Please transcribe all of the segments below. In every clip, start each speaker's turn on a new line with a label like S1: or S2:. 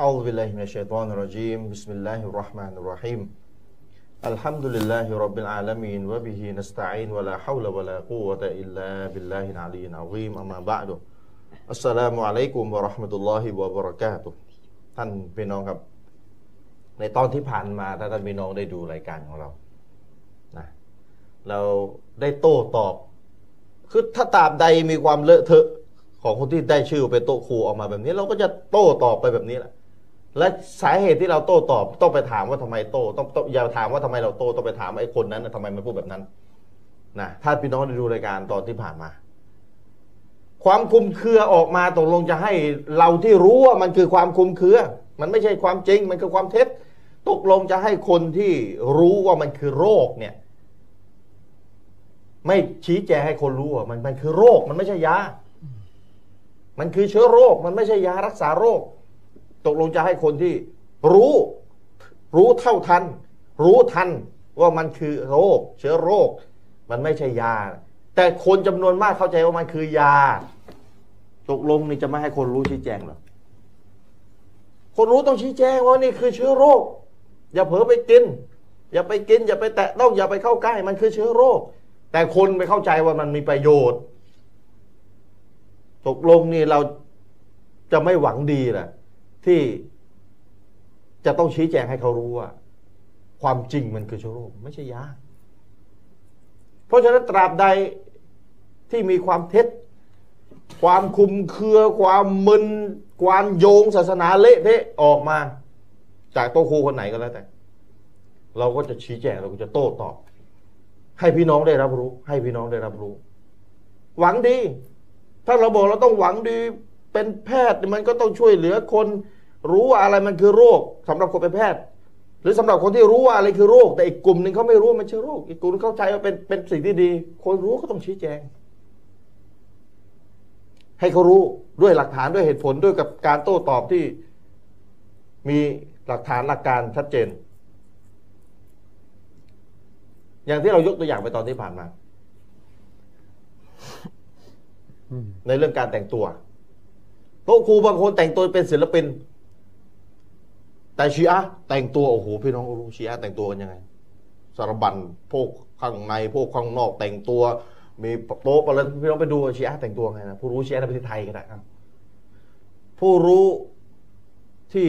S1: أعوذ بالله من الشيطان الرجيم بسم الله الرحمن الرحيم الحمد لله رب العالمين وبه نستعين ولا حول ولا قوة إلا بالله العلي العظيم أما بعد السلام عليكم ورحمة الله وبركاته ท่านพี่น้องครับ ในตอนที่ผ่านมาถ้าท่านพี่น้องได้ดูรายการของเรานะเราได้โต้ตอบ คือถ้าตราบใดมีความเลอะเทอะของคนที่ได้ชื่อเป็นโต๊ะครูออกมาแบบนี้ เราก็จะโต้ตอบไปแบบนี้แหละ และสาเหตุที่เราโต้ตอบต้องไปถามว่าทำไมโต้ต้องต้องอย่าถามว่าทำไมเราโต้ต้องไปถามไอ้คนนั้นน่ะทำไมมันพูดแบบนั้นนะถ้าพี่น้องได้ดูรายการตอนที่ผ่านมา ความคลุมเครือออกมาตกลงจะให้เราที่รู้ว่ามันคือความคลุมเครือ มันไม่ใช่ความจริง มันคือความเท็จตกลงจะให้คนที่รู้ว่ามันคือโรคเนี่ย ไม่ชี้แจงให้คนรู้ว่ามันมันคือโรค มันไม่ใช่ยา มันคือเชื้อโรค มันไม่ใช่ยารักษาโรค ตกลงจะให้คนที่รู้ รู้เท่าทัน รู้ทันว่ามันคือโรค เชื้อโรค มันไม่ใช่ยา แต่คนจำนวนมากเข้าใจว่ามันคือยา ตกลงนี่จะไม่ให้คนรู้ชี้แจงเหรอ คนรู้ต้องชี้แจงว่านี่คือเชื้อโรค อย่าเผลอไปกิน อย่าไปกิน อย่าไปแตะต้องอย่าไปเข้าใกล้ มันคือเชื้อโรค แต่คนไปเข้าใจว่ามันมีประโยชน์ ตกลงนี่เราจะไม่หวังดีแหละที่จะต้องชี้แจงให้เขารู้ว่า ความจริงมันคือเชื้อโรคไม่ใช่ยาเพราะฉะนั้นตราบใดที่มีความเท็จ ความคลุมเครือ ความมึนความโยงศาสนาเละเทะออกมา จากโต๊ะครูคนไหนก็แล้วแต่ เราก็จะชี้แจงเราก็จะโต้ตอบ ให้พี่น้องได้รับรู้ ให้พี่น้องได้รับรู้ หวังดี ถ้าเราบอกเราต้องหวังดี เป็นแพทย์มันก็ต้องช่วยเหลือคน รู้ว่าอะไรมันคือโรคสำหรับคนเป็นแพทย์ หรือสำหรับคนที่รู้ว่าอะไรคือโรค แต่อีกกลุ่มหนึ่งเขาไม่รู้ว่ามันชื่อโรค อีกกลุ่มหนึ่งเข้าใจว่าเป็นเป็นสิ่งที่ดี คนรู้ก็ต้องชี้แจง ให้เขารู้ด้วยหลักฐานด้วยเหตุผลด้วยกับการโต้ตอบที่ มีหลักฐานหลักการชัดเจน อย่างที่เรายกตัวอย่างไปตอนที่ผ่านมา ในเรื่องการแต่งตัวโต๊ะครูบางคนแต่งตัวเป็นศิลปิน แต่ชีอะห์แต่งตัวโอ้โหพี่น้องรู้ชีอะห์แต่งตัวกันยังไงสารบัญพวกข้างในพวกข้างนอกแต่งตัว มีโป๊ะอะไรพี่น้องไปดูชีอะห์แต่งตัวไงนะผู้รู้ชีอะห์ในประเทศไทยก็ได้อ่ะผู้รู้ที่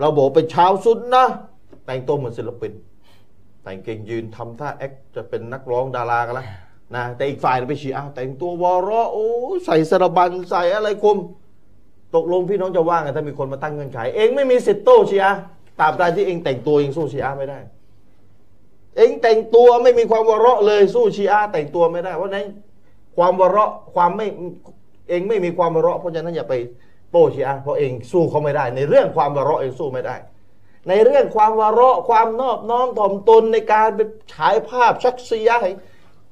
S1: เราบอกเป็นชาวซุนนะแต่งตัวเหมือนศิลปิน แต่งเกงยืนทำท่าแอคจะเป็นนักร้องดารากันแล้วนะแต่อีกฝ่ายไปนชีอะห์แต่งตัววอเราะโอ้ใส่สารบันใส่อะไรคุม ตกลงพี่น้องจะว่าไงถ้ามีคนมาตั้งเงื่อนไข เองไม่มีสิทธิ์โต้ชีอะห์ตราบใดที่เองแต่งตัวเองสู้ชีอะห์ไม่ได้ เองแต่งตัวไม่มีความวอเราะเลยสู้ชีอะห์แต่งตัวไม่ได้เพราะฉะนั้นความวอเราะความไม่เองไม่มีความวอเราะเพราะฉะนั้นอย่าไปโต้ชีอะห์เพราะเองสู้เขาไม่ได้ ในเรื่องความวอเราะเองสู้ไม่ได้ ในเรื่องความวาระความนอบน้อมถ่อมตนในการเป็นฉายภาพชักเสียให้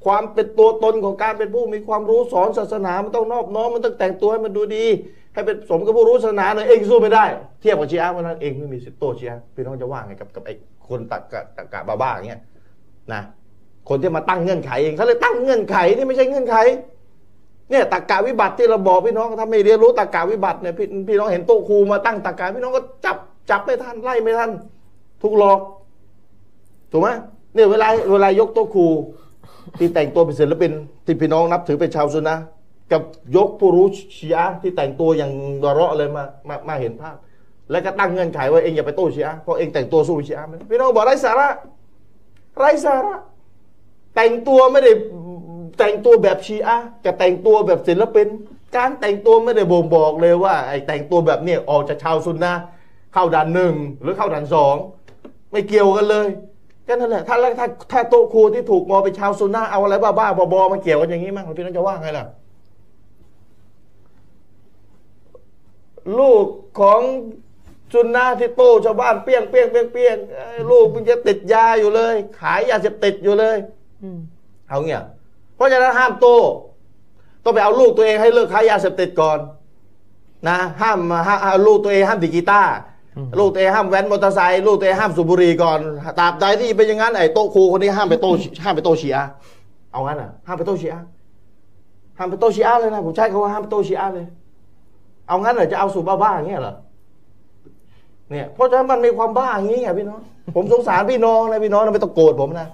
S1: ความเป็นตัวตนของการเป็นผู้มีความรู้สอนศาสนามันต้องนอบน้อมมันต้องแต่งตัวให้มันดูดี ให้เป็นสมกับผู้รู้ศาสนาหน่อยเองสู้ไม่ได้ เทียบกับชีอะห์เพราะฉะนั้นเองไม่มีสิทธิ์โตชีอะห์พี่น้องจะว่าไงกับกับไอ้คนตักกะตักกะบ้าๆอย่างเงี้ยนะคนที่มาตั้งเงื่อนไขเองเขาเลยตั้งเงื่อนไขที่ไม่ใช่เงื่อนไข เนี่ยตากกาวิบัติที่เราบอกพี่น้องถ้าไม่เรียนรู้ตากกาวิบัติเนี่ยพี่พี่น้องเห็นโต๊ะครูมาตั้งตากกาพี่น้องก็จับจับไม่ทันไล่ไม่ทันถูกหลอกถูกไหมเนี่ยเวลาเวลายกโต๊ะครูที่แต่งตัวเป็นศิลปินที่พี่น้องนับถือเป็นชาวซุนนะห์กับยกผู้รู้ชีอะห์ที่แต่งตัวอย่างดะเราะเลยมามามาเห็นภาพ แล้วก็ตั้งเงื่อนไขว่าเองอย่าไปโต้ชีอะห์เพราะเองแต่งตัวสู้ชีอะห์ไม่ได้พี่น้องบอกไร้สาระไร้สาระ แต่งตัวไม่ได้แต่งตัวแบบชีอะห์กับแต่งตัวแบบศิลปิน การแต่งตัวไม่ได้บ่งบอกเลยว่าไอ้แต่งตัวแบบเนี้ยออกจากชาวซุนนะห์เข้าด่านหนึ่งหรือเข้าด่านสองไม่เกี่ยวกันเลยก็นั่นแหละถ้าถ้าถ้าโต๊ะครูที่ถูกมองเป็นชาวซุนนะห์เอาอะไรบ้าๆบอๆมาเกี่ยวกันอย่างนี้มั้งพี่น้องจะว่าไงล่ะ ลูกของจุนนาที่โต้ชาวบ้านเปี้ยงเปี้ยงเปี้ยงเปี้ยงเอ้ยลูกมันจะติดยาอยู่เลย ขายยาเสพติดอยู่เลย เอาเงี้ยเพราะฉะนั้นห้ามโต ต้องไปเอาลูกตัวเองให้เลิกค้ายาเสพติดก่อน นะ ห้ามห้าห้าลูกตัวเองห้ามดีดกีตาร์ลูกตัวเองห้ามแว้นมอเตอร์ไซค์ลูกตัวเองห้ามสูบบุหรี่ก่อนตราบใดที่เป็นอย่างนั้นไอ้โตะครูคนนี้ห้ามไปโตะห้ามไปโตะเชียร์เอางั้นอ่ะ ห้ามไปโตะเชียร์ห้ามไปโตะเชียร์เลยนะผมใช้คำว่าห้ามไปโตะเชียร์เลย เอางั้นเหรอจะเอาสูบบ้าๆอย่างเงี้ยเหรอ เนี่ยเพราะฉะนั้นมันมีความบ้าอย่างนี้ไงพี่น้อง ผมสงสารพี่น้องนะพี่น้องนะไม่ต้องโกรธผมนะ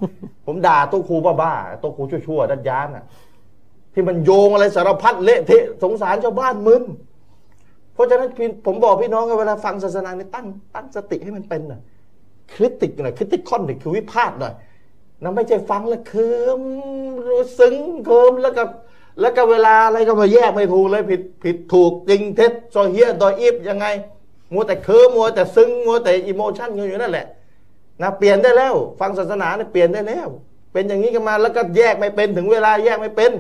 S1: ผมด่าโต๊ะครูบ้าๆโต๊ะครูชั่วๆดัดย้านอ่ะ ที่มันโยงอะไรสารพัดเละเทะสงสารชาวบ้านมึนเพราะฉะนั้นพี่ผมบอกพี่น้องไงเวลาฟังศาสนาเนี่ยตั้งตั้งสติให้มันเป็นหน่อยคริติกหน่อยคริติคอนหน่อยคือวิพากษ์หน่อยนะไม่ใช่ฟังแล้วเคิมรู้ซึ้งเคิมแล้วก็แล้วก็เวลาอะไรก็มาแยกไม่ถูกเลยผิดผิดถูกจริงเท็จซอเฮียดอยอีฟยังไง มัวแต่เคิมมัวแต่ซึ้งมัวแต่อิโมชันกันอยู่นั่นแหละ นะเปลี่ยนได้แล้ว ฟังศาสนาเนี่ยเปลี่ยนได้แล้ว เป็นอย่างนี้กันมาแล้วก็แยกไม่เป็นถึงเวลาแยกไม่เป็น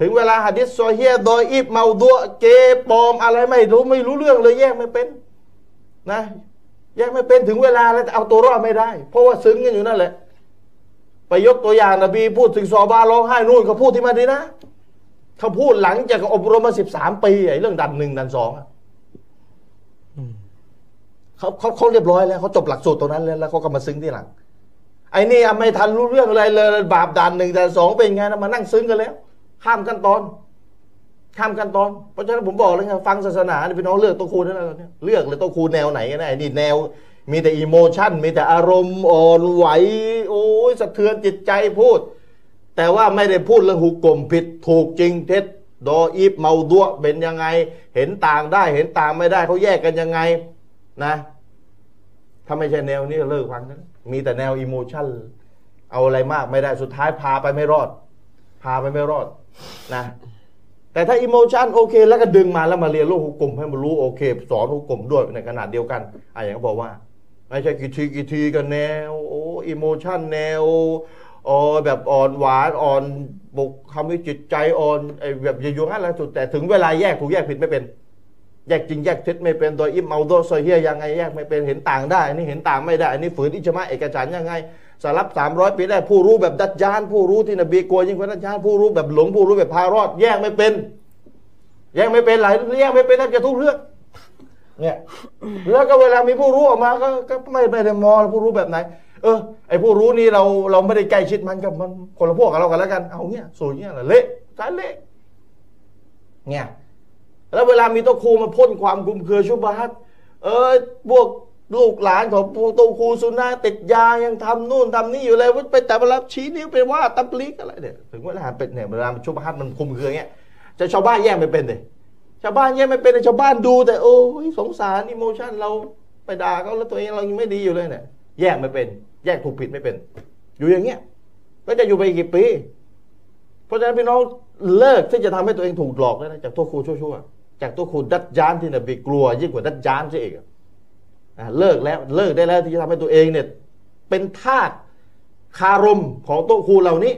S1: ถึงเวลาหะดิษโซอเฮียโดยอิบเมาดัวเกปลอมอะไรไม่รู้ไม่รู้เรื่องเลยแยกไม่เป็น นะแยกไม่เป็นถึงเวลาแล้วจะเอาตัวรอดไม่ได้ เพราะว่าซึ้งกันอยู่นั่นแหละ ไปยกตัวอย่างนบีพูดถึงซอบาร้องไห้นู่นเขาพูดที่มาดีนะเขาพูดหลังจากอบรมมาสิบสามปีไอ้เรื่องดันหนึ่งดันสองอะ เขาเขาเขาเรียบร้อยแล้วเขาจบหลักสูตรตรงนั้นแล้วแล้วเขาก็มาซึ้งที่หลัง ไอ้นี่อ่ะไม่ทันรู้เรื่องอะไรเลยบาปด่านหนึ่งด่านสองเป็นไงนะมานั่งซึ้งกันแล้วข้ามขั้นตอนข้ามขั้นตอน เพราะฉะนั้นผมบอกเลยไงฟังศาสนาเนี่ยพี่น้องเลือกตัวครูนั่นแหละเนี่ยเลือกเลยตัวครูแนวไหนกันแน่ไอ้นี่แนว มีแต่อิโมชันมีแต่อารมณ์อ่อนไหวโอ้ยสะเทือนจิตใจพูด แต่ว่าไม่ได้พูดเรื่องหุกกลมผิดถูกจริงเท็จดออีฟเมาดัวเป็นยังไง เห็นต่างได้เห็นต่างไม่ได้เขาแยกกันยังไงนะ ถ้าไม่ใช่แนวนี้ก็เลิกฟังนะมีแต่แนวอิโมชันเอาอะไรมากไม่ได้สุดท้ายพาไปไม่รอด พาไปไม่รอดนะ แต่ถ้าอิโมชันโอเค แล้วก็ดึงมาแล้วมาเรียนรู้หุกกลมให้มันรู้โอเค สอนหุกกลมด้วยในขนาดเดียวกันอ่ะอย่างก็บอกว่า ไม่ใช่กี่ทีกี่ทีกันแนว โอ้อิโมชันแนวโอ้แบบอ่อนหวานอ่อนบุกคำวิจิตใจอ่อนไอ้แบบอย่าอยู่งั้นแหละสุดแต่ถึงเวลาแยกถูกแยกผิดไม่เป็น แยกจริงแยกเท็จไม่เป็นโดยอิมเมาโดโซเฮียยังไงแยกไม่เป็นเห็นต่างได้อันนี้เห็นต่างไม่ได้อันนี้ฝืนอิจมาเอกฉันท์ยังไงสารับสามร้อยปีได้ผู้รู้แบบดัจจานผู้รู้ที่นบีกลัวยิ่งกว่าดัจจานผู้รู้แบบหลงผู้รู้แบบพารอด แยกไม่เป็น แยกไม่เป็นหลายแยกไม่เป็นแทบจะทุกเรื่องเนี่ยแล้วก็เวลามีผู้รู้ออกมาก็ก็ไม่ไม่ได้มองผู้รู้แบบไหน เออไอผู้รู้นี่เราเราไม่ได้ใกล้ชิดมันกับมันคนละพวกกับเรากันแล้วกันเอาเนี่ยสูตรเนี่ยน่ะเละสารเละเนี่ย แล้วเวลามีโต๊ะครูมาพ่นความกลุมเครือชุบฮัตเออพวกลูกหลานของพวกโต๊ะครูซุนนะติดยายังทำนู่นทำนี่อยู่เลยไปแต่มารับชี้นิ้วไปว่าตับลิกอะไรเนี่ยถึงเวลาเป็ดเนี่ยเวลาชุบฮัตมันคลุมเครือเงี้ยจะชาวบ้านแย่งไม่เป็นเลยชาวบ้านแย่งไม่เป็นเลยชาวบ้านดูแต่โอ้ยสงสารอิโมชันเราไปด่าเขาแล้วตัวเองเรายังไม่ดีอยู่เลยเนี่ยแยกไม่เป็น แยกถูกผิดไม่เป็น อยู่อย่างเงี้ยก็จะอยู่ไปอีกกี่ปี เพราะฉะนั้นพี่น้องเลิกที่จะทำให้ตัวเองถูกหลอกได้นะจากตัวครูชั่วๆ จากตัวครูดัดยานที่นบีกลัว ยิ่งกว่าดัดยานซะอีกอะนะเลิกแล้วเลิกได้แล้วที่จะทำให้ตัวเองเนี่ย เป็นทาสคารมของโต๊ะครูเหล่านี้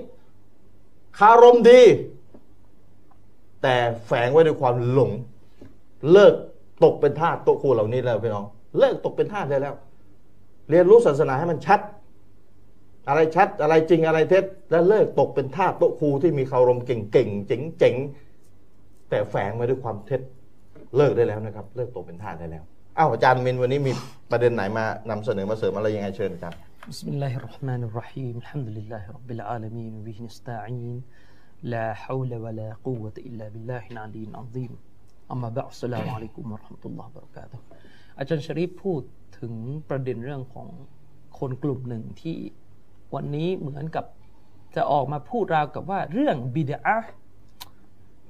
S1: คารมดี แต่แฝงไว้ด้วยความหลง เลิกตกเป็นทาสโต๊ะครูเหล่านี้แล้วพี่น้อง เลิกตกเป็นทาสได้แล้ว เรียนรู้ศาสนาให้มันชัด อะไรชัดอะไรจริงอะไรเท็จ แล้วเลิกตกเป็นทาสโต๊ะครูที่มีคารมเก่งๆเจ๋งๆแต่แฝงมาด้วยความเท็จ เลิกได้แล้วนะครับ เลิกตกเป็นทาสได้แล้วอ้าวอาจารย์มินวันนี้มีประเด็นไหนมานำเสนอมาเสริมอะไรยังไงเชิญครับ
S2: بسم الله الرحمن الرحيم الحمد لله رب العالمين وبه نستعين لا حول ولا قوة إلا بالله العلي العظيم أما بعد السلام عليكم ورحمة الله وبركاته อาจารย์ชริฟพูดถึงประเด็นเรื่องของคนกลุ่มหนึ่งที่วันนี้เหมือนกับจะออกมาพูดราวกับว่าเรื่องบิดา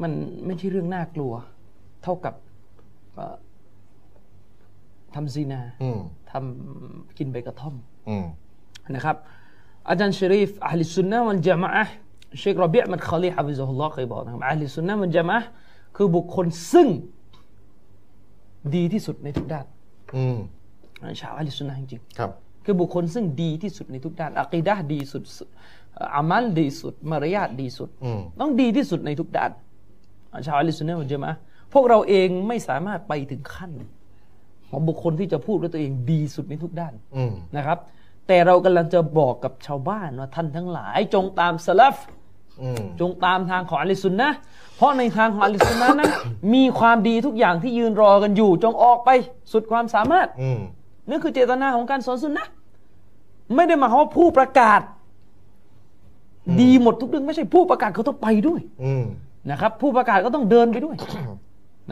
S2: มันไม่ใช่เรื่องน่ากลัว เท่ากับเอ่อทำซีนา
S1: อืม
S2: ทำกินใบกระท่อม
S1: อืม
S2: นะครับอาจารย์ชรีฟอัลลิสุนนะวันจามะอะห์เชครอเบียมันคอลีฮะฟิซฮุลลอฮ์เคยบอกนะครับอัลลิสุนนะวันจามะอะห์คือบุคคลซึ่งดีที่สุดในทุกด้าน
S1: อืม
S2: ชาวอัลลิสุนนะจริง
S1: ครับ
S2: ๆคือบุคคลซึ่งดีที่สุดในทุกด้านอะกีดะห์ดีสุดเอ่ออามัลดีสุดมารยาทดีสุด
S1: อืม
S2: ต้องดีที่สุดในทุกด้านอ่าชาวอัลลิสุนนะวันจามะอะห์พวกเราเองไม่สามารถไปถึงขั้น ของบุคคลที่จะพูดว่าตัวเองดีสุดในทุกด้าน
S1: อืม
S2: นะครับแต่เรากำลังจะบอกกับชาวบ้านว่าท่านทั้งหลาย จงตามสลัฟ
S1: อืม
S2: จงตามทางของอัลลิสุนนะห์เพราะในทางของอัลลิสุนนะห์ นั้น มีความดีทุกอย่างที่ยืนรอกันอยู่ จงออกไปสุดความสามารถ
S1: อืม
S2: นั่นคือเจตนาของการสอนสุนนะห์ไม่ได้หมายความว่าผู้ประกาศ ดีหมดทุกเรื่องไม่ใช่ผู้ประกาศเขาต้องไปด้วย
S1: อืม
S2: นะครับ ผู้ประกาศก็ต้องเดินไปด้วย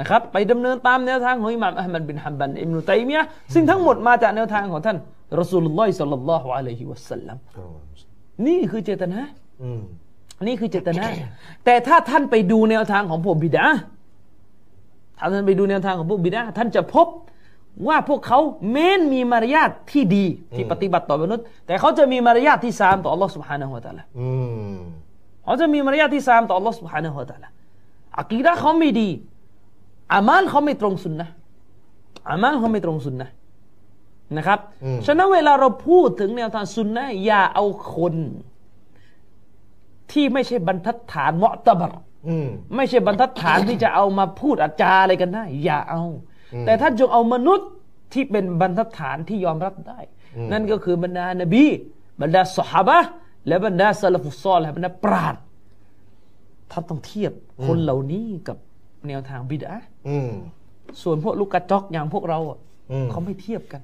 S2: นะครับไปดำเนินตามแนวทางของอิหม่ามอัลมัดบินฮัมบันอิมนุตัยมียะห์ซึ่งทั้งหมดมาจากแนวทางของท่านรอซูลุลลอฮ์สัลลัลลอฮุอะลัยฮิวะสัลลัมนี่คือเจตนา
S1: อืม
S2: นี่คือเจตนา แต่ถ้าท่านไปดูแนวทางของพวกบิดาถ้าท่านไปดูแนวทางของพวกบิดาท่านจะพบว่าพวกเขาเม้นมีมารยาทที่ดีที่ปฏิบัติต่อมนุษย์ แต่เขาจะมีมารยาทที่ซามต่อ Allah Subhanahu Wa Taala
S1: อืม
S2: เขาจะมีมารยาทที่ซามต่อ Allah Subhanahu Wa Taala อากีดะห์เขาไม่ดี อามัลเขาไม่ตรงสุนนะห์อามัลเขาไม่ตรงสุนนะห์นะครับ ฉะนั้นเวลาเราพูดถึงแนวทางสุนนะห์อย่าเอาคน ที่ไม่ใช่บรรทัดฐานเหมาะตะบัร
S1: อืม
S2: ไม่ใช่บรรทัดฐานที่จะเอามาพูดอาจารย์อะไรกันได้ อย่าเอา แต่ท่านจงเอามนุษย์ที่เป็นบรรทัดฐานที่ยอมรับได้ นั่นก็คือบรรดานบี บรรดาสหายบะห์และบรรดาสลัฟุซซอลและบรรดาปราดท่านต้องเทียบคนเหล่านี้กับแนวทางบิดา
S1: อืม
S2: ส่วนพวกลูกกระจอกอย่างพวกเราอะ
S1: อืม
S2: เขาไม่เทียบกัน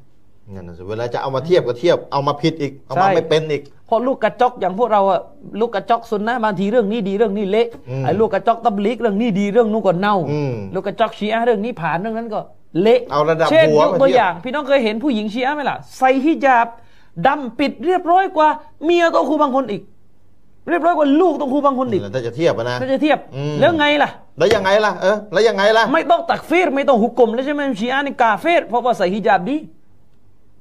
S1: นั่นนะสิเวลาจะเอามาเทียบก็เทียบเอามาผิดอีก เอามา
S2: ใช่
S1: ไม่เป็นอีก
S2: เพราะลูกกระจอกอย่างพวกเราอะลูกกระจอกซุนนะห์บางทีเรื่องนี้ดีเรื่องนี้เละ
S1: อืม
S2: ไอ้ลูกกระจอกตับลิกเรื่องนี้ดีเรื่องนู้นก็เน่า
S1: อืม
S2: ลูกกระจอกชีอะห์เรื่องนี้ผ่านเรื่องนั้นก็เละ
S1: เอาระดับ
S2: เช่น
S1: หัวย
S2: กตัว
S1: มาเทียบ
S2: อย่าง พี่น้องเคยเห็นผู้หญิงชีอะห์ไหมล่ะใส่ฮิญาบดำปิดเรียบร้อยกว่า เมียตัวครูบางคนอีก เรียบร้อยกว่าลูกตัวครูบางคนอีก
S1: แล้วถ้าจะเทียบอะนะ
S2: ถ้าจะเทียบ
S1: อืม
S2: แล้วไงล่ะ
S1: แล้วยังไงล่ะเออแล้วยังไงล่ะ
S2: ไม่ต้องตักฟีรไม่ต้องหุกกลมแล้วใช่ไหมชีอะห์นี่กาเฟรเพราะว่าใส่ฮิญาบดี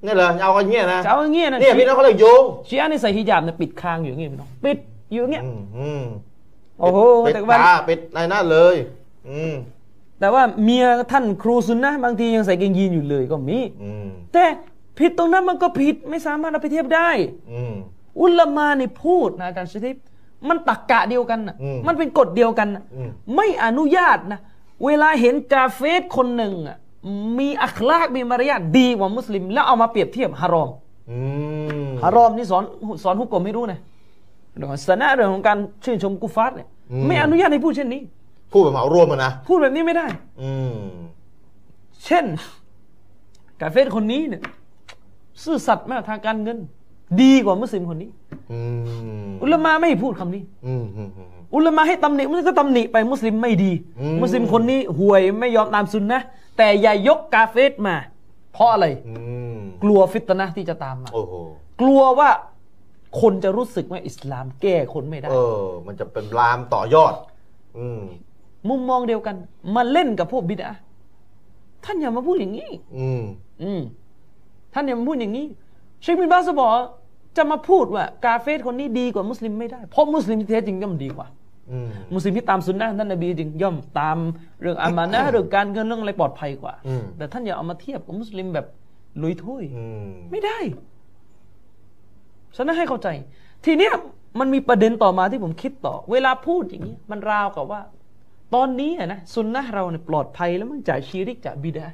S1: นี่เหรอเอากันเงี้ยนะ
S2: จะเอาอย่างเงี้ยนะ
S1: เนี่ยพี่น้องเขาเรียกโยง
S2: ชีอะห์นี่ใส่ฮิญาบเนี่ยปิดคางอยู่อย่างเงี้ยพี่น้องปิดอยู่อย่างเงี้ย
S1: อืมอืม
S2: โอ้โห
S1: ปิด
S2: แต่ว่า
S1: ตาปิดในหน้าเลย อืม
S2: แต่ว่าเมียท่านครูซุนนะห์บางทียังใส่กางเกงยีนอยู่เลยก็มี
S1: อืม
S2: แต่ผิดตรงนั้นมันก็ผิดไม่สามารถเอาไปเทียบได้
S1: อืม
S2: อุลามานี่พูดนะอาจารย์ชทิพย์มันตักกะเดียวกันนะ
S1: อืม
S2: มันเป็นกฎเดียวกันนะ
S1: อืม
S2: ไม่อนุญาตนะ เวลาเห็นกาเฟสคนหนึ่งอะมีอัคลากมีมารยาทดีกว่ามุสลิม แล้วเอามาเปรียบเทียบฮารอม
S1: อืม
S2: ฮารอมนี่สอนสอนฮุกกลมไม่รู้นะเรื่องของศาสนะเรื่องของการชื่นชมกุฟาร์เนี่ยไม่อนุญาตให้พูดเช่นนี้
S1: พูดแบบเหมารวมอะนะ
S2: พูดแบบนี้ไม่ได้
S1: อืม
S2: เช่น กาเฟสคนนี้เนี่ยซื่อสัตย์มากทางการเงิน ดีกว่ามุสลิมคนนี้
S1: อืม
S2: อุลามะไม่ให้พูดคำนี้
S1: อืมอืมอืม
S2: อุลามะให้ตำหนิมุสลิมก็ตำหนิไปมุสลิมไม่ดี
S1: อืม
S2: มุสลิมคนนี้ห่วยไม่ยอมตามซุนนะห์แต่อย่ายกกาเฟสมา เพราะอะไร
S1: อืม
S2: กลัวฟิตนะห์ที่จะตามมา
S1: โอ้โห
S2: กลัวว่าคนจะรู้สึกว่าอิสลามแก้คนไม่ได้
S1: เออ มันจะเป็นลามต่อยอด อืม
S2: มุมมองเดียวกัน มาเล่นกับพวกบิดาท่านอย่ามาพูดอย่างนี้
S1: อืม
S2: อืมท่านเนี่ยมันพูดอย่างนี้เชคบินบาสบอกว่าจะมาพูดว่า กาเฟสคนนี้ดีกว่ามุสลิมไม่ได้ เพราะมุสลิมที่แท้จริงย่อมดีกว่า
S1: อืม
S2: มุสลิมที่ตามสุนนะท่านนบีจริงย่อมตามเรื่องอามานะห์ เรื่องการเงินเรื่องอะไรปลอดภัยกว่า
S1: อืม
S2: แต่ท่านอย่าเอามาเทียบกับมุสลิมแบบลุยถุย
S1: อืม
S2: ไม่ได้ฉะนั้นให้เข้าใจ ทีเนี้ยมันมีประเด็นต่อมาที่ผมคิดต่อ เวลาพูดอย่างนี้ยมันราวกับว่า ตอนนี้อะนะสุนนะเราเนี่ยปลอดภัยแล้วมั้งจากชีริกจากบิดา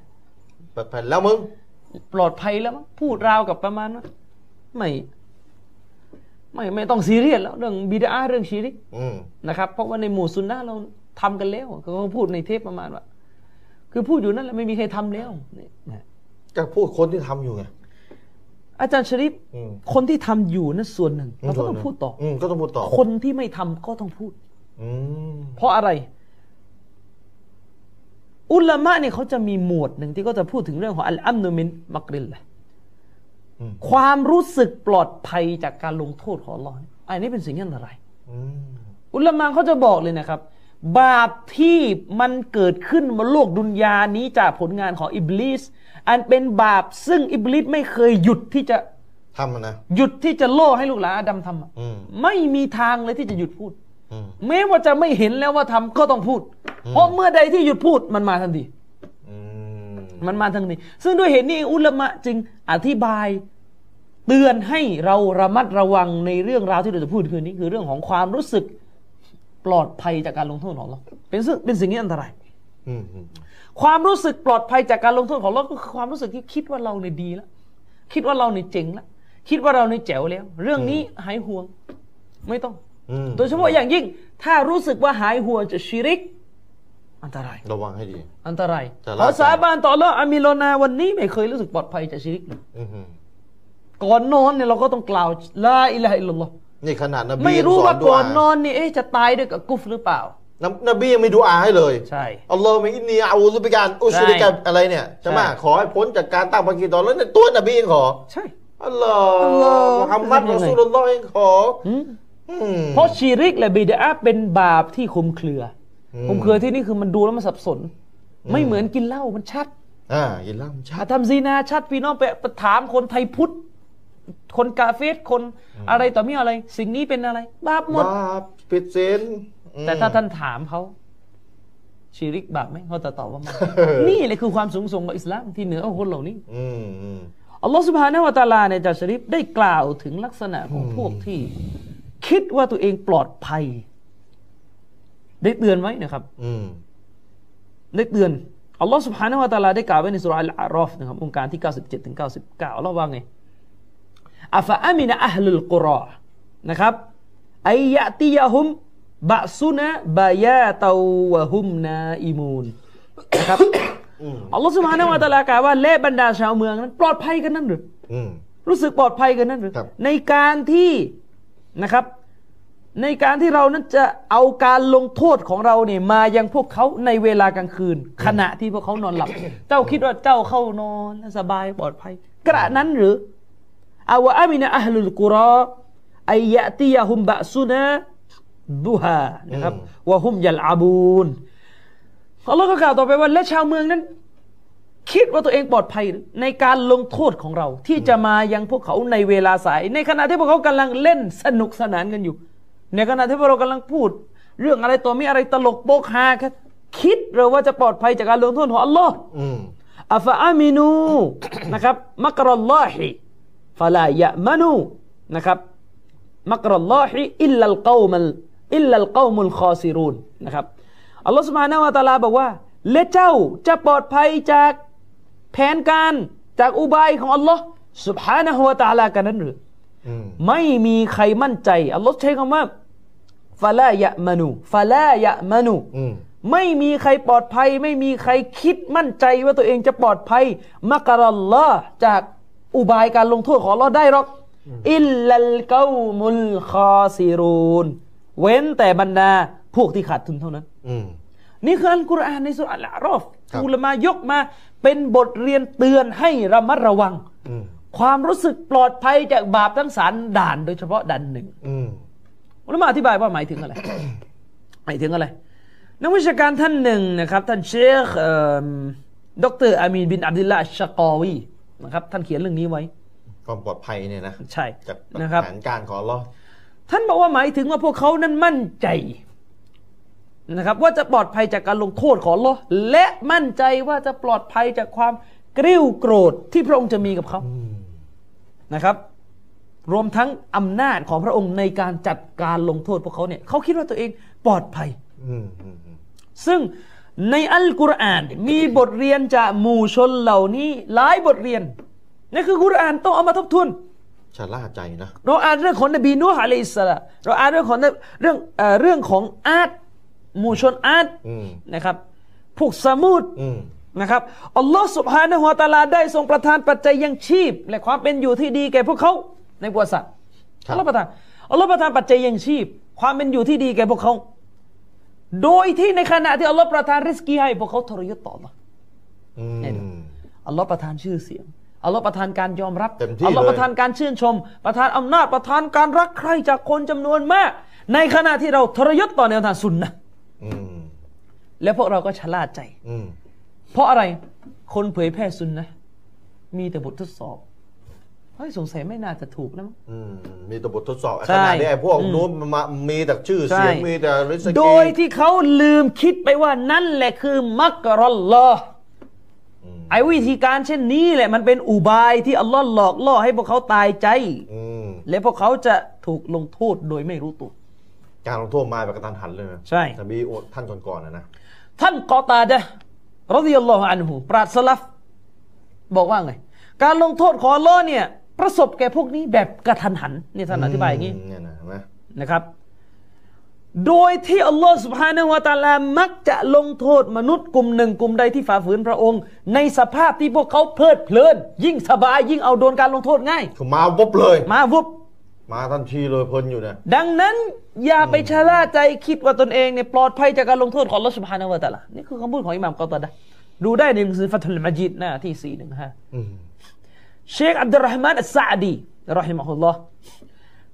S1: เปิดแผ่นแล้วมึง
S2: ปลอดภัยแล้วมั้งพูดราวกับประมาณว่าไม่ไม่ ไม่ต้องซีเรียสแล้วเรื่องบิดาเรื่องชีริก
S1: อืม
S2: นะครับ เพราะว่าในหมู่ซุนนะห์เราทำกันแล้วเขาก็พูดในเทปประมาณว่า คือพูดอยู่นั่นแหละไม่มีใครทำแล้วนี่นะ
S1: ก็พูดคนที่ทำอยู่ไง
S2: อาจารย์ชริป
S1: อืม
S2: คนที่ทำอยู่นั่นส่วนหนึ่งเราก็ต้องพูดต่อ
S1: อืมก็ต้องพูดต่อ
S2: คนที่ไม่ทำก็ต้องพูด
S1: อืม
S2: เพราะอะไร อุลามะเนี่ยเขาจะมีหมวดหนึ่งที่ก็จะพูดถึงเรื่องของอัลอัมนุมินมักริลละความรู้สึกปลอดภัยจากการลงโทษของอัลลอฮ์เนี่ยอันนี้เป็นสิ่งที่อันตราย
S1: อืม
S2: อุลามะเขาจะบอกเลยนะครับ บาปที่มันเกิดขึ้นบนโลกดุนยานี้จากผลงานของอิบลิสอันเป็นบาปซึ่งอิบลิสไม่เคยหยุดที่จะ
S1: ทำอะนะ
S2: หยุดที่จะโล่ให้ลูกหลานอาดัมทำอะ
S1: อืม
S2: ไม่มีทางเลยที่จะหยุดพูด
S1: อืม
S2: แม้ว่าจะไม่เห็นแล้วว่าทำก็ต้องพูด เพราะเมื่อใดที่หยุดพูดมันมาทันที
S1: อืม
S2: มันมาทางนี้ ซึ่งด้วยเหตุนี้อุลามะจึงอธิบายเตือนให้เราระมัดระวังในเรื่องราวที่เราจะพูดคืนนี้คือเรื่องของความรู้สึกปลอดภัยจากการลงโทษของเราเป็นซึ่งเป็นสิ่งที่อันตราย
S1: อืมอืม
S2: ความรู้สึกปลอดภัยจากการลงโทษของเราก็คือความรู้สึกที่คิดว่าเราเนี่ยดีแล้วคิดว่าเราเนี่ยเจ๋งแล้วคิดว่าเราเนี่ยแจ๋วแล้ว เรื่องนี้หายห่วง ไม่ต้อง
S1: อืม
S2: โดยเฉพาะอย่างยิ่ง ถ้ารู้สึกว่าหายห่วงจากชิริก อันตราย
S1: ระวังให้ดี
S2: อันตราย
S1: แต่ละ
S2: ขอสาบานต่ออัลลอฮ์อามิโลนาวันนี้ไม่เคยรู้สึกปลอดภัยจากชีริกเลย
S1: อืม
S2: ก่อนนอนเนี่ยเราก็ต้องกล่าวลาอิลาฮะอิลลัลลอฮ์
S1: นี่ขนาดนบี
S2: ไม่รู้
S1: ยังสอ
S2: ว่า
S1: นด้
S2: ก่
S1: ว
S2: อย นนอนนี่เอ๊ะจะตายด้วยกับกุฟหรือเปล่า
S1: นบนบียังไม่ดูอาให้เลย
S2: ใช่
S1: อัลลอฮ์มอินนีอาอูซุบิการอุชริกับอะไรเนี่ยใช่ไหม
S2: ใช่
S1: ขอให้พ้นจากการตั้งภาคีต่อแล้วเนี่ยตัวนบีเองขอ
S2: ใช่
S1: อัลลอฮ์มุฮัมมัดรอซูลุลลอฮ์เองขอ
S2: อืม
S1: อืม
S2: เพราะชีริกและบิดาเป็นบาปที่คลุมเครืออ
S1: ม
S2: คลุมเครือที่นี่คือมันดูแล้วมันสับสน ไม่เหมือนกินเหล้ามันชัด
S1: อ่าอิลลามชั
S2: อา
S1: ด
S2: ทำซีนาชัดพี่น้องไปถามคนไทยพุทธ คนกาเฟสคนอะไรต่อมีอะไร สิ่งนี้เป็นอะไร บาปหมด
S1: บาปผิดศีลอืม
S2: แต่ถ้าท่านถามเขาชีริกบาปไหมเขาจะตอบว่าไม่
S1: เออ
S2: นี่เลยคือความสูงส่งของอิสลามที่เหนือกว่าคนเหล่านี้
S1: อืมอืม
S2: อัลลอฮฺสุบฮานะฮูวะตะอาลาในจาชริฟได้กล่าวถึงลักษณะของพวกที่ คิดว่าตัวเองปลอดภัย ได้เตือนไว้นะครับ
S1: อืม
S2: ได้เตือนอัลลอฮ์ سبحانه และ تعالى ได้กล่าวไว้ในสุราะห์อัลอารอฟนะครับองค์การที่ 97ถึง99อัลลอฮ์ว่าไงอัฟะอามินะอัฮลุลกุรอนะครับไอยะติยะฮุมบะซุนะบายาตาวะฮุมนาอิมูนนะครับ อัลลอฮ์ سبحانه และ تعالى กล่าวว่าและบรรดาชาวเมืองนั้น ปลอดภัยกันนั่นหรือ
S1: อืม
S2: รู้สึกปลอดภัยกันนั่นหรือ
S1: ครับ
S2: ในการที่นะครับ ในการที่เรานั้นจะเอาการลงโทษของเราเนี่ยมายังพวกเขาในเวลากลางคืน ขณะที่พวกเขานอนหลับ เจ้าคิดว่าเจ้าเข้านอนแล้วสบายปลอดภัย กระนั้นหรืออาวะอามินะอัฮลุลกุรอไอยะติยะฮุมบะซุนะดูฮานะครับวะฮุมยัลอาบูนอัลลอฮ์ก็กล่าวต่อไปว่าและชาวเมืองนั้น คิดว่าตัวเองปลอดภัยหรือในการลงโทษของเรา ที่จะมายังพวกเขาในเวลาสาย ในขณะที่พวกเขากำลังเล่นสนุกสนานกันอยู่ ในขณะที่พวกเรากำลังพูด เรื่องอะไรตัวมีอะไรตลกโปกฮากันคิดเราว่าจะปลอดภัยจากการลงโทษของอัลลอฮ์
S1: อืม
S2: อัฟะอามินู นะครับมักรัลลอฮิฟะลายะมานูนะครับมักรัลลอฮิอิลลัลกอมัลอิลลัลกอมุลคอซิรูนนะครับอัลลอฮ์สุบฮานะฮูวะตะอาลาบอกว่าและเจ้าจะปลอดภัยจาก แผนการจากอุบายของอัลลอฮ์สุบฮานะฮูวะตะอาลากันนั้นหรือ
S1: อืม
S2: ไม่มีใครมั่นใจ อัลลอฮ์ใช้คำว่าฟาลายะมานูฟาลายะมานู
S1: อืม
S2: ไม่มีใครปลอดภัย ไม่มีใครคิดมั่นใจว่าตัวเองจะปลอดภัยมักรัลลอฮ์จากอุบายการลงโทษของอัลลอฮ์ได้หรอกอิลลัลกอมุลคอซิรูนเว้นแต่บรรดาพวกที่ขาดทุนเท่านั้น
S1: อืม
S2: นี่คืออัลกุรอานในสุรอัลอารอฟ
S1: ครับ
S2: อุลามายกมาเป็นบทเรียนเตือนให้ระมัดระวัง
S1: อืม
S2: ความรู้สึกปลอดภัยจากบาปทั้งสารด่านโดยเฉพาะด่านหนึ่ง
S1: อืม
S2: อุลามะอธิบายว่าหมายถึงอะไร หมายถึงอะไร นักวิชาการท่านหนึ่งนะครับ ท่านเชคเอิ่มดรอามีนบินอับดุลลาห์อัชชะกอวีนะครับ ท่านเขียนเรื่องนี้ไว้
S1: ความปลอดภัยเนี่ยนะ
S2: ใช่
S1: จาก
S2: นะครับ
S1: แผนการของอัลลอฮ์
S2: ท่านบอกว่าหมายถึงว่าพวกเขานั้นมั่นใจนะครับว่าจะปลอดภัยจากการลงโทษของอัลลอฮ์และมั่นใจว่าจะปลอดภัยจากความกริ้วโกรธที่พระองค์จะมีกับเขานะครับ รวมทั้งอำนาจของพระองค์ในการจัดการลงโทษพวกเขาเนี่ยเขาคิดว่าตัวเองปลอดภัย
S1: อืมอืมอืม
S2: ซึ่งในอัลกุรอานมีบทเรียนจากหมู่ชนเหล่านี้หลายบทเรียนนั่นคือกุรอานต้องเอามาทบทวน
S1: ชะล่าใจนะ
S2: เราอ่านเรื่องของนบีนูฮ์อะลัยฮิสสลามเราอ่านเรื่องของนบเรื่องเอ่อเรื่องของอาดหมู่ชนอาด
S1: อืม
S2: นะครับพวกสมุด
S1: อืม
S2: นะครับอัลลอฮ์สุบฮานะฮุวาตะอาลาได้ทรงประทานปัจจัยยังชีพ และความเป็นอยู่ที่ดีแก่พวกเขาในประวัติศาสตร์
S1: ครับ
S2: อัลลอฮ์ประทานอัลลอฮ์ประทานปัจจัยยังชีพ ความเป็นอยู่ที่ดีแก่พวกเขา โดยที่ในขณะที่อัลลอฮ์ประทานริสกีให้พวกเขาทรยศต่ออัลลอฮ์
S1: อื
S2: แน่นอน
S1: ม
S2: อัลลอฮ์ประทานชื่อเสียง อัลลอฮ์ประทานการยอมรับ
S1: เต็มที่
S2: อัลลอฮ์
S1: เลย
S2: ประทานการชื่นชม ประทานอำนาจ ประทานการรักใคร่จากคนจำนวนมาก ในขณะที่เราทรยศต่อแนวทางสุนนะห์
S1: อืม
S2: และพวกเราก็ชะล่าใจ
S1: อืม
S2: เพราะอะไร คนเผยแพร่สุนนะห์มีแต่บททดสอบ เฮ้ยสงสัยไม่น่าจะถูกแล้วมั้ง
S1: อืม มีแต่บททดสอบข
S2: ใช่
S1: นาดนี้ไอ้พวกนู้นมามีแต่ชื่อเสียง
S2: ใช่
S1: มีแต่ริสกี
S2: โดยที่เขาลืมคิดไปว่านั่นแหละคือมักรอลลอฮ์ไอ้วิธีการเช่นนี้แหละมันเป็นอุบายที่อัลลอฮ์หลอกล่อให้พวกเขาตายใจ
S1: อืม
S2: และพวกเขาจะถูกลงโทษโดยไม่รู้ตัว
S1: การลงโทษมาแบบกระทันหันเลยนะ
S2: ใช่
S1: นบีโอท่านก่อนๆนะนะ
S2: ท่านกอตาดะห์รดิยัลลอฮุอันหูปราศสลัฟ บอกว่าไง การลงโทษของอัลลอฮ์เนี่ย ประสบแก่พวกนี้แบบกระทันหันนี่ท่านอธิบายอย่างนี้
S1: มเนี่ยนะเห็นไหม
S2: นะครับ โดยที่อัลลอฮ์สุบฮานะฮูวะตะอาลามักจะลงโทษมนุษย์กลุ่มหนึ่งกลุ่มใดที่ฝ่าฝืนพระองค์ ในสภาพที่พวกเขาเพลิดเพลิน ยิ่งสบายยิ่งเอาโดนการลงโทษง่าย
S1: คือมาปุ๊บเลย
S2: มาวุบ
S1: มาทันทีเลยเพลินอยู่เนี่ย
S2: ดังนั้นอย่าไปชะล่าใจคิดว่าตนเองเนี่ยปลอดภัยจากการลงโทษของลอสุภานวตะละนี่คือคำพูดของอิหม่ามกอตาดะห์ดูได้ในหนังสือฟัตุลมาจิดหน้าที่สี่หนึ่งห้า
S1: อืม
S2: เชคอับดุลรหมานอัสซาอดีรอฮิมะฮุลลอฮ์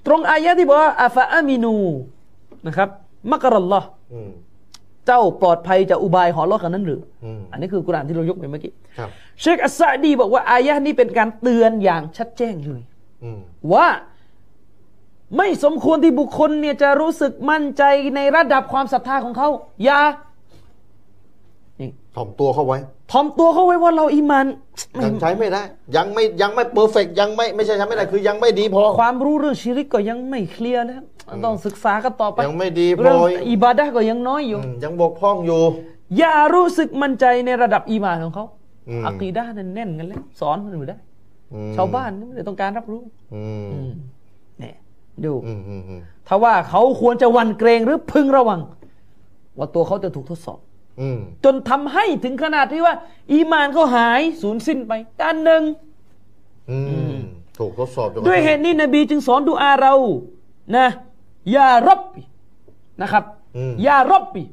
S2: ตรงอายะที่บอกว่าอาฟาอามินูนะครับมักรัลลอฮ์
S1: อืม
S2: เจ้าปลอดภัยจากอุบายของอัลลอฮ์กันนั้นหรืออ
S1: อืม
S2: อันนี้คือกุรอานที่เรายกไปเมื่อกี้
S1: ครับ
S2: เชคอัสซาอดีบอกว่าอายะนี้เป็นการเตือนอย่างชัดแจ้งเลย
S1: อืม
S2: ว่าไม่สมควรที่บุคคลเนี่ยจะรู้สึกมั่นใจในระดับความศรัทธาของเขาอย่านี่
S1: ถ่อมตัวเข้าไว้
S2: ถ่อมตัวเขาไว้ว่าเราอีหมันไม่
S1: ยังใช้ไม่ได้ ยังไม่ยังไม่เปอร์เฟกยังไม่ไม่ใช่ใช้ไม่ได้คือยังไม่ดีพอ
S2: ความรู้เรื่องชิริกก็ยังไม่เคลียร์นะต้องศึกษากันต่อไป
S1: ยังไม่ดีพ
S2: เรื่
S1: อ
S2: องอิบาดะห์ก็ยังน้อยอยู่
S1: อืมยังบกพร่องอยู่
S2: อย่ารู้สึกมั่นใจในระดับอีหมานของเขา
S1: อืม
S2: กีดะห์นั้นแน่นกันแล้วสอนมันอยู่ได้
S1: อืม
S2: ชาวบ้านไม่ได้ต้องการรับรู้
S1: อืม
S2: เนี่ยดู
S1: อืมอืมอืม
S2: ถ้าว่าเขาควรจะหวันเกรงหรือพึงระวัง ว่าตัวเขาจะถูกทดสอบ
S1: อืม
S2: จนทำให้ถึงขนาดที่ว่า อีหมานเขาหายสูญสิ้นไปด้านหนึ่ง
S1: อืมถูกทดสอบจนกระทั่ง
S2: ด้วยเหตุนี้นบีจึงสอนดูอาเรานะยารับบินะครับ
S1: อืม
S2: ยารับบิ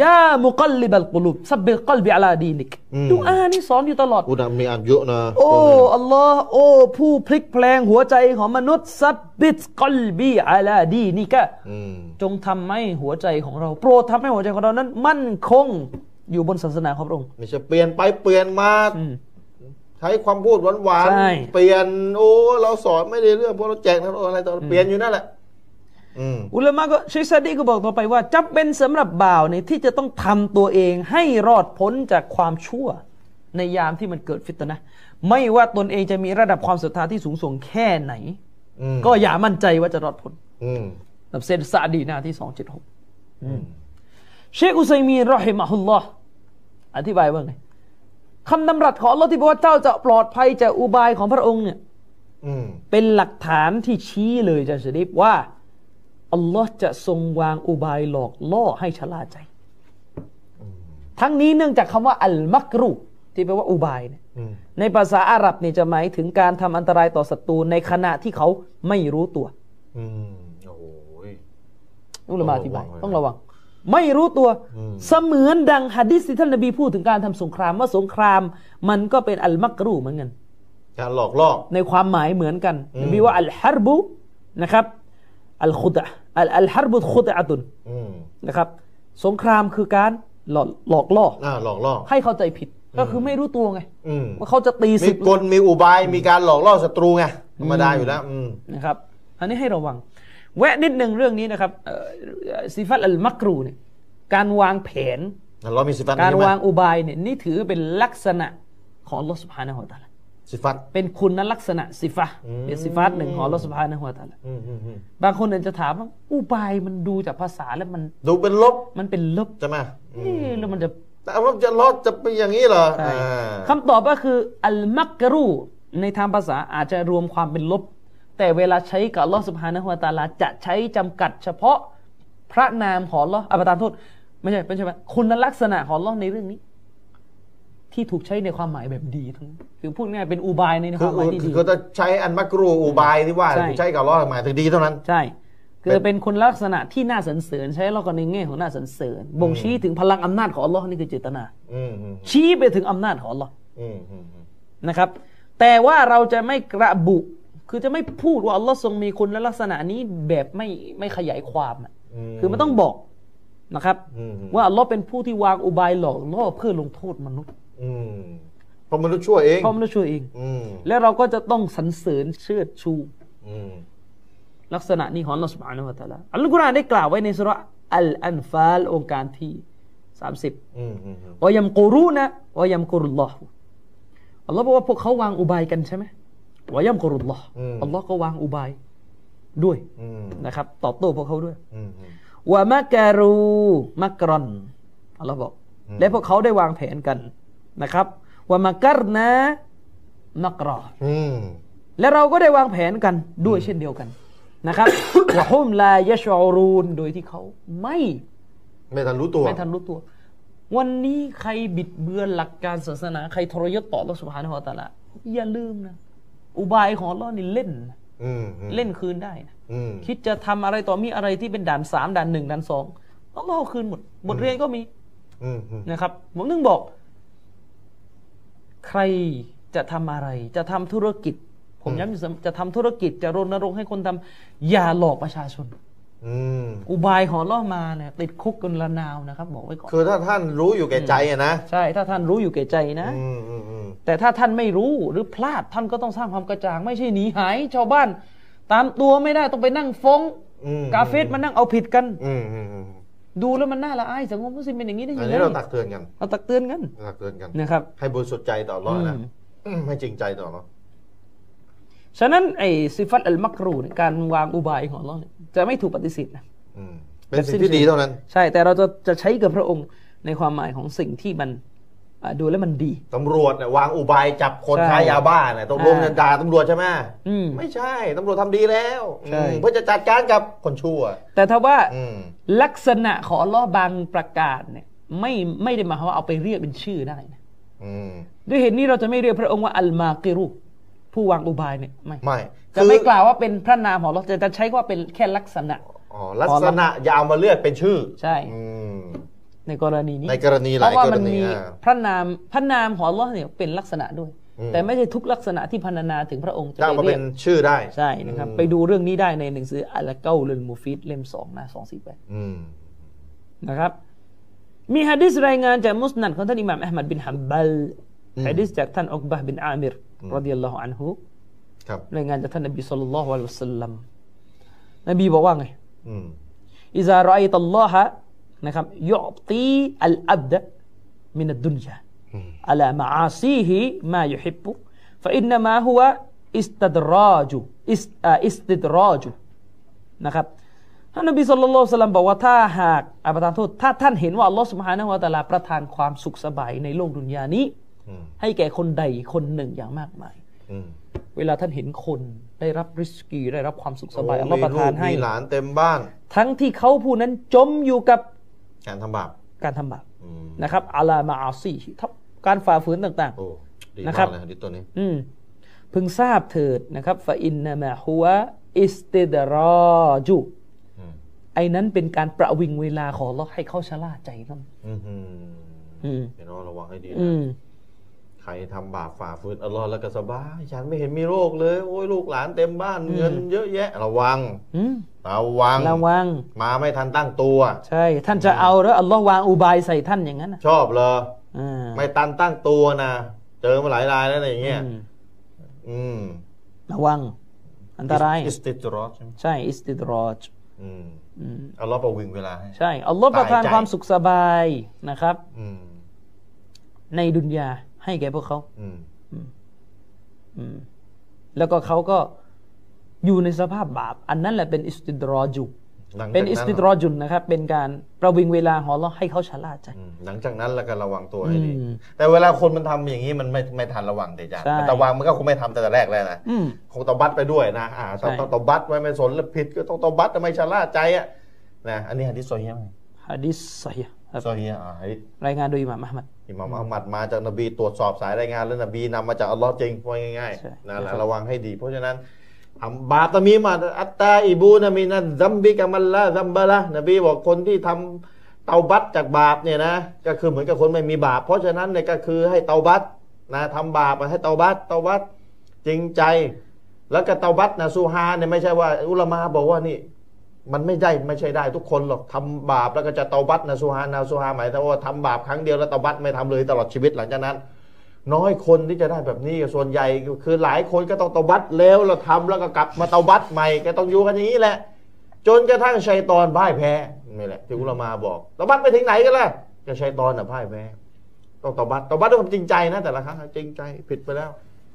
S2: ยามุกัลลิบัลกุลูบซับบิลกัลบิอะลาดีนิก
S1: อืม
S2: ดูอานี่สอนอยู่ตลอด
S1: อุณามีอ่านเยอะนะ
S2: โอ้
S1: ตรงนั้น
S2: อัลลอฮ์โอ้ ผู้พลิกแปลงหัวใจของมนุษย์ซับบิสกัลบีอะลาดีนิกะ
S1: อืม
S2: จงทำให้หัวใจของเรา โปรดทำให้หัวใจของเรานั้น มั่นคงอยู่บนศาสนาของพระองค์
S1: ไม่ใช่เปลี่ยนไปเปลี่ยนมา
S2: อืม
S1: ใช้ความพูดหวาน
S2: ใช่
S1: ๆ เปลี่ยน โอ้ เราสอนไม่ได้เรื่องเพราะเราแจกนะอะไรต่อเปลี่ยนอยู่นั่นแหละ อืม
S2: อุลามะก็เชคซาดีก็บอกต่อไปว่าจำเป็นสำหรับบ่าวเนี่ยที่จะต้องทำตัวเองให้รอดพ้นจากความชั่ว ในยามที่มันเกิดฟิตนะห์ไม่ว่าตนเองจะมีระดับความศรัทธาที่สูงส่งแค่ไหน
S1: อืม
S2: ก็อย่ามั่นใจว่าจะรอดพ้น
S1: อืม
S2: นับเซนซาดีหน้าที่ 276เชคอุซัยมีนรอฮิมะฮุลลอฮ์อธิบายว่าไงคำนำรัสของอัลลอฮ์ที่บอกว่าเจ้าจะปลอดภัยจากอุบายของพระองค์เนี่ย
S1: อืม
S2: เป็นหลักฐานที่ชี้เลยอาจารย์ชริฟว่า อัลลอฮ์จะทรงวางอุบายหลอกล่อให้ชะล่าใจ ทั้งนี้เนื่องจากคำว่า อัลมักรุที่แปลว่าอุบายเนี่ย
S1: อืม
S2: ในภาษาอาหรับเนี่ยจะหมายถึงการทำอันตรายต่อศัตรูในขณะที่เขาไม่รู้ตัว
S1: อืมโอ้โห
S2: อุลามะอธิบาย
S1: ต้
S2: ต้
S1: อ
S2: องง
S1: ระ
S2: ระ
S1: วั
S2: วั
S1: ง
S2: ง ไม่รู้ตัว
S1: อืม
S2: เสมือนดังฮะดิษที่ท่านนบีพูดถึงการทำสงครามว่าสงคราม มันก็เป็นอัลมักรุเหมือนกัน
S1: การหลอกล่อ
S2: ในความหมายเหมือนกัน
S1: อืม
S2: นบีว่าอัลฮัรบุนะครับอัลขุดะอัลอัลฮัรบุขุดะตุน
S1: อืม
S2: นะครับ สงครามคือการหลอกหลอกล่อ
S1: อ่าหลอกล่อ
S2: ให้เข้าใจผิดก็คือไม่รู้ตัวไง
S1: อืม
S2: ว่าเขาจะตี
S1: มี
S2: ศึก
S1: กล มีอุบาย มีการหลอกล่อศัตรูไง ธรรมดาอยู่แล้ว อืม
S2: นะครับ อันนี้ให้ระวัง แวะนิดหนึ่งเรื่องนี้นะครับเอ่อซิฟัตอัลมักรูเนี่ยการวางแผน
S1: เรามีสิฟัต
S2: การ
S1: ใช่ไหม
S2: วางอุบายเนี่ยนี่ถือเป็นลักษณะของอัลลอฮ์สุบฮานะฮูวะตะอาลา
S1: สิฟัต
S2: เป็นคุณลักษณะสิฟะห์เป็นสิฟัตหนึ่งของอัลลอฮ์สุบฮานะฮูวะตะอาลา
S1: อืมอืมอืม
S2: บางคนอาจจะถามว่าอุบายมันดูจากภาษาแล้วมัน
S1: ดูเป็นลบ
S2: มันเป็นลบ
S1: ใช่ไหมอืม
S2: เอ๊ะแล้วมันจะ
S1: แต่ลบจะลอดจะเป็นอย่างนี้เหรออ่า
S2: คำตอบก็คืออัลมักกะรูในทางภาษาอาจจะรวมความเป็นลบ แต่เวลาใช้กับอัลลอฮ์สุบฮานะฮุวาตะอาลาจะใช้จำกัดเฉพาะพระนามของอัลลอฮ์อะประทานโทษไม่ใช่เป็นใช่ไหมคุณลักษณะของอัลลอฮ์ในเรื่องนี้ ที่ถูกใช้ในความหมายแบบดีทั้งนั้นคือพูดง่ายๆเป็นอุบายในค
S1: คือ
S2: วามหมายที่
S1: คื
S2: ดี
S1: อเขาจะใช้อันมักรูอุบายที่ว่า
S2: ใช่
S1: ใช้กับลอดหมายถึงดีเท่านั้น
S2: ใช่คือเป็นคุณลักษณะที่น่าสรรเสริญใช้เราก็ในแง่ของน่าสรรเสริญบ่งชี้ถึงพลังอำนาจของอัลลอฮ์นี่คือเจตนา
S1: อืมอืม
S2: ชี้ไปถึงอำนาจของอัลลอฮ์
S1: อืมอืมอืม
S2: นะครับ แต่ว่าเราจะไม่กระบุ คือจะไม่พูดว่าอัลลอฮ์ทรงมีคุณลักษณะนี้แบบไม่ไม่ขยายความอะคือมันต้องบอกนะครับ
S1: อืมอืม
S2: ว่าอัลลอฮ์เป็นผู้ที่วางอุบายหลอกล่อเพื่อลงโทษมนุษย์
S1: อืมเพราะมนุษย์ชั่วเอง
S2: เพราะมนุษย์ช่วยเอง
S1: อืม
S2: และเราก็จะต้องสรรเสริญเชิดชู
S1: อืม
S2: ลักษณะนี้ของอัลลอฮ์ سبحانه และ تعالى อัลกุรอานได้กล่าวไว้ในสุราะห์อัลอันฟาลองค์การที่ 30
S1: อืมอืมอืม
S2: วายัมกูรูนะวายัมกุรุลลอฮ์อัลลอฮ์บอกว่าพวกเขาวางอุบายกันใช่ไหมวายัมกุรุลลอฮ์อัลลอฮ์ก็วางอุบายด้วย
S1: อืม
S2: นะครับ ตอบโต้พวกเขาด้วย
S1: อืมอืม
S2: วามาการูมักรอนอัลลอฮ์บอก
S1: อืม
S2: และพวกเขาได้วางแผนกันนะครับวามาการนะมักรอ
S1: อืม
S2: และเราก็ได้วางแผนกันด้วยเช่นเดียวกันนะครับ ว่าฮุมลายะชอรูนโดยที่เขาไม่
S1: ไม่ทันรู้ตัว
S2: ไม่ทันรู้ตัว วันนี้ใครบิดเบือนหลักการศาสนา ใครทรยศต่ออัลลอฮฺสุบฮานะฮูวะตะอาละอย่าลืมนะ อุบายของอัลลอฮ์นี่เล่นนะ
S1: อืมอืม
S2: เล่นคืนได้นะ
S1: อืม
S2: คิดจะทำอะไรต่อมีอะไรที่เป็นด่านสามด่านหนึ่งด่านสองต้องเอาคืนหมดบทเรียนก็มี
S1: อืมอืม
S2: นะครับ ผมนึงบอก ใครจะทำอะไร จะทำธุรกิจ ผมย้ำอยู่เสมอจะทำธุรกิจจะรณรงค์ให้คนทำอย่าหลอกประชาชน
S1: อืม
S2: อุบายของล่อมาเนี่ยติดคุกกันละนาวนะครับ บอกไว้ก่อน
S1: คือถ้าท่านรู้อยู่แก่ใจอะนะ
S2: ใช่ ถ้าท่านรู้อยู่แก่ใจนะ
S1: อืมอืมอืม
S2: แต่ถ้าท่านไม่รู้หรือพลาดท่านก็ต้องสร้างความกระจ่าง ไม่ใช่หนีหายชาวบ้าน ตามตัวไม่ได้ต้องไปนั่งฟ้อง
S1: อืม
S2: กาเฟสมานั่งเอาผิดกัน
S1: อืมอืมอืมดู
S2: ดูแล้วมันน่าละอายสังคมมุสลิมเป็นอย่างนี้ได้
S1: อั
S2: ยั
S1: น
S2: งไง
S1: นี้เราตักเตือนกัน
S2: เราตักเตือนกัน
S1: ตักเตือนกัน
S2: นะครับ
S1: ให้บริสุทธิ์ใจต่อรอดนะ
S2: อืม
S1: อืมให้จริงใจต่อเนาะ
S2: ฉะนั้นไอ้ซิฟัตอัลมักรูเนี่ยการวางอุบายของอัลเราะห์เนี่ยจะไม่ถูกปฏิเสธนะ
S1: อืมเป็นสิ่งที่ดีเท่านั้น
S2: ใช่แต่เราจะจะใช้กับพระองค์ในความหมายของสิ่งที่มันอ่าดูแล้วมันดี
S1: ตำรวจเนี่ยวางอุบายจับคน
S2: ใช่
S1: ค้ายาบ้าเนี่ยตกลง
S2: อ่า
S1: จะด่าตำรวจใช่ไหม
S2: อืม
S1: ไม่ใช่ตำรวจทำดีแล้ว
S2: ใช่
S1: อืมเพื่อจะจัดการกับคนชั่ว
S2: แต่ถ้าว่า
S1: อืม
S2: ลักษณะของอัลเลอบางประกาศเนี่ยไม่ไม่ได้หมายความว่าเอาไปเรียกเป็นชื่อได้นะ
S1: อืม
S2: ด้วยเหตุนี้เราจะไม่เรียกพระองค์ว่าอัลมากิรุผู้วางอุบายเนี่ยไม่
S1: ไม่
S2: จะไม่กล่าวว่าเป็นพระนามของอัลเราะห์แต่จะใช้ว่าเป็นแค่ลักษณะ
S1: อ๋อลักษณะอย่าเอามาเลือกเป็นชื่อ
S2: ใช่
S1: อืม
S2: ในกรณีนี้
S1: ในกรณีห
S2: เพ
S1: ลาย
S2: ราะว่าก
S1: ร
S2: มัน
S1: ณี
S2: มี
S1: อ่า
S2: พระนามพระนามของอัลเลอเนี่ยเป็นลักษณะด้วย
S1: อืม
S2: แต่ไม่ใช่ทุกลักษณะที่พรรณนาถึงพระองค์จะ
S1: ถ้า
S2: ไป
S1: มา
S2: เรี
S1: เป็
S2: ยก
S1: นชื่อได้
S2: ใช่นะครับ ไปดูเรื่องนี้ได้ในหนังสืออัลเกาลุนมูฟิดเล่มสองหน้าสองสี่แปด
S1: อืม
S2: นะครับ มีฮะดิษรายงานจากมุสนัดของท่านอิหม่ามอัลมัดบินฮัมบัล
S1: อืม
S2: ฮะดิษจากท่านอุกบะห์บินอามิร
S1: อืม
S2: รดิยัลลอฮุอันฮุ
S1: ครับ
S2: รายงานจากท่านนบีศ็อลลัลลอฮุอะลัยฮิวะสัลลัมนบีบอกว่าไง
S1: อืม
S2: อิซารอไอตัลลอฮะนะครับยุอตีอัลอับดะมินัดดุนยา
S1: อืม
S2: อะลามาอาซีฮิมายุฮิบบุฟะอินนามะฮุวะอิสตัดราจุอิสอ่าอิสติดราจุนะครับท่านนบีสุลต่านละสัลลัมบอกว่าถ้าหากอาประทานโทษถ้าท่านเห็นว่าอัลลอฮ์สุบฮานะฮูวะตะอาลาประทานความสุขสบายในโลกดุนยานี้
S1: อืม
S2: ให้แก่คนใดคนหนึ่งอย่างมากมาย
S1: อืม
S2: เวลาท่านเห็นคนได้รับริสกีได้รับความสุขสบายอัลลอฮ์ประทานให้
S1: มีลูกมีหลานเต็มบ้าน
S2: ทั้งที่เขาผู้นั้นจมอยู่กับ
S1: การทำบาป
S2: การทำบาป
S1: อืม
S2: นะครับอาลามาอาซีฮิทับการฝ่าฝืนต่าง
S1: โอ้ดี
S2: นะครั
S1: มา
S2: บ
S1: กเลยฮะดิษตัวนี้
S2: ๆ อืมพึงทราบเถิดนะครับฟาอินนามะฮุวะอิสติดรอจุ
S1: อืม
S2: ไอ้นั้นเป็นการประวิงเวลาของอัลเราะห์ให้เขาชะล่าใจนั่น
S1: อืมอืม
S2: อืม
S1: พี่น้องระวังให้ดีนะ
S2: อืม
S1: ใครทำบาปฝ่าฝืนอัลลอฮ์แล้วก็สบาย ฉันไม่เห็นมีโรคเลย โอ้ยลูกหลานเต็มบ้านเงิน เยอะแยะ ระวัง
S2: อืม
S1: ระวัง
S2: ระวัง
S1: มาไม่ทันตั้งตัว
S2: ใช่ ท่านจะเอาแล้วอัลลอฮ์วางอุบายใส่ท่านอย่างนั้นน่ะ
S1: ชอบเหรอ
S2: อ่า
S1: ไม่ตันตั้งตัวนะเจอมาหลายรายแล้วนะอย่างเงี้ย
S2: อืม
S1: อืม
S2: ระวัง อันตราย
S1: อิสติดรอดใช่ไหม
S2: ใช่อิสติดรอจ
S1: อืม
S2: อืม
S1: เอาล้อประวิงเวลาให้
S2: ใช่ อัลลอฮ์ประทาน
S1: ตายใจ
S2: ความสุขสบายนะครับ
S1: อืม
S2: ในดุนยาให้แก่พวกเขา
S1: อืม
S2: อืมแล้วก็เขาก็อยู่ในสภาพบาป อันนั้นแหละเป็นอิสติดรอจุ
S1: หลังจาก
S2: เป็นอิสติดร
S1: นั้น
S2: อจุนนะครับ เป็นการประวิงเวลาของเราให้เขาชะล่าใจ
S1: อืมหลังจากนั้นแล้วก็ระวังตัวให้ดี
S2: อืม
S1: แต่เวลาคนมันทำอย่างนี้มันไม่ไม่ทันระวังเดจ้ะ
S2: ใช่
S1: แต่ระวังมันก็คงไม่ทำแต่แรกแล้วนะ
S2: อืม
S1: คงตบัดไปด้วยนะอ่าต้อง
S2: ใช่
S1: ต้องตบัดไว้ไม่สนแล้วผิดก็ต้องตบัดทำไมชะล่าใจอ่ะนะอันนี้ฮะดิษโซเฮียไหม
S2: ฮะดิษไซยะห์ครับ
S1: โซเฮียอ่าฮะดิษ
S2: รายงานโดยอิหม่ามอะห์มัด
S1: อิหม่ามอัมมัดมาจากนบีตรวจสอบสายรายงานแล้วนบีนำมาจากอัลลอฮ์จริงพูดง่าย
S2: ใช่
S1: ๆนะแล้วระวังให้ดี เพราะฉะนั้นทำบาปตะมีมาอัตตาอิบูนะมินะซัมบิกามัลละซัมบะละนบีบอกคนที่ทำเตาบัตจากบาปเนี่ยนะก็คือเหมือนกับคนไม่มีบาป เพราะฉะนั้นเนี่ยก็คือให้เตาบัตนะทำบาปอะให้เตาบัตเตาบัตจริงใจ แล้วก็เตาบัตนะซูฮาเนี่ยไม่ใช่ว่า อุลามาบอกว่านี่ มันไม่ได้ไม่ใช่ได้ ทุกคนหรอกทำบาปแล้วก็จะเตาบัตนะซูฮานะซูฮาหมายถึงว่าทำบาปครั้งเดียวแล้วเตาบัตไม่ทำเลยตลอดชีวิตหลังจากนั้น น้อยคนที่จะได้แบบนี้ส่วนใหญ่คือหลายคนก็ต้องเตาบัตแล้วเราทำแล้วก็กลับมาเตาบัตใหม่ก็ต้องอยู่กันอย่างนี้แหละ จนกระทั่งชัยตอนพ่ายแพ้นี่แหละที่อุลามาบอกเตาบัตไปถึงไหนกันล่ะก็ชัยตอนน่ะพ่ายแพ้ต้องเตาบัตเตาบัตด้วยความจริงใจนะแต่ละครั้งจริงใจผิดไปแล้ว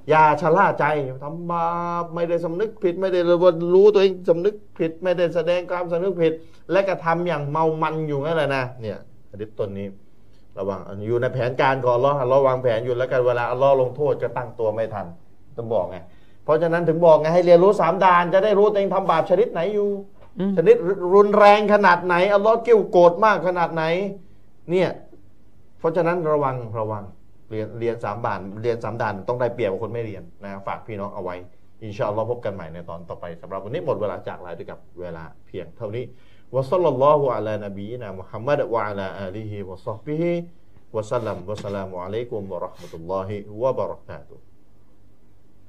S1: อย่าชะล่าใจทำบาปไม่ได้สำนึกผิดไม่ได้ระวังรู้ตัวเองสำนึกผิด ไม่ได้แสดงความสำนึกผิด และกระทำอย่างเมามันอยู่นั่นแหละนะเนี่ยอะดิษตนนี้ ระวังอันอยู่ในแผนการของอัลลอฮ์อัลลอฮ์วางแผนอยู่แล้วกันเวลาอัลลอฮ์ลงโทษก็ตั้งตัวไม่ทันต้องบอกไงเพราะฉะนั้นถึงบอกไงให้เรียนรู้สามดานจะได้รู้ตัวเองทำบาปชนิดไหนอยู่
S2: อืม
S1: ชนิดรุนแรงขนาดไหนอัลลอฮ์เกี่ยวโกรธมากขนาดไหน เนี่ย เพราะฉะนั้นระวังระวังเรียนเรียนสามบานเรียนสามด่านต้องได้เปรียบกว่าคนไม่เรียนนะฝากพี่น้องเอาไว้ จ อินชาอัลลอฮ์พบกันใหม่ในตอนต่อไปสำหรับวันนี้หมดเวลาจากลาด้วยกับเวลาเพียงเท่านี้วะซัลลัลลอฮุอะลานบีนะมุฮัมมัดวะอะลาอาลีฮิวะซอฮบิฮิวะสัลลัมวะสลามุอะลัยกุมวะเราะห์มะตุลลอฮิวะบะเราะกาตุฮ์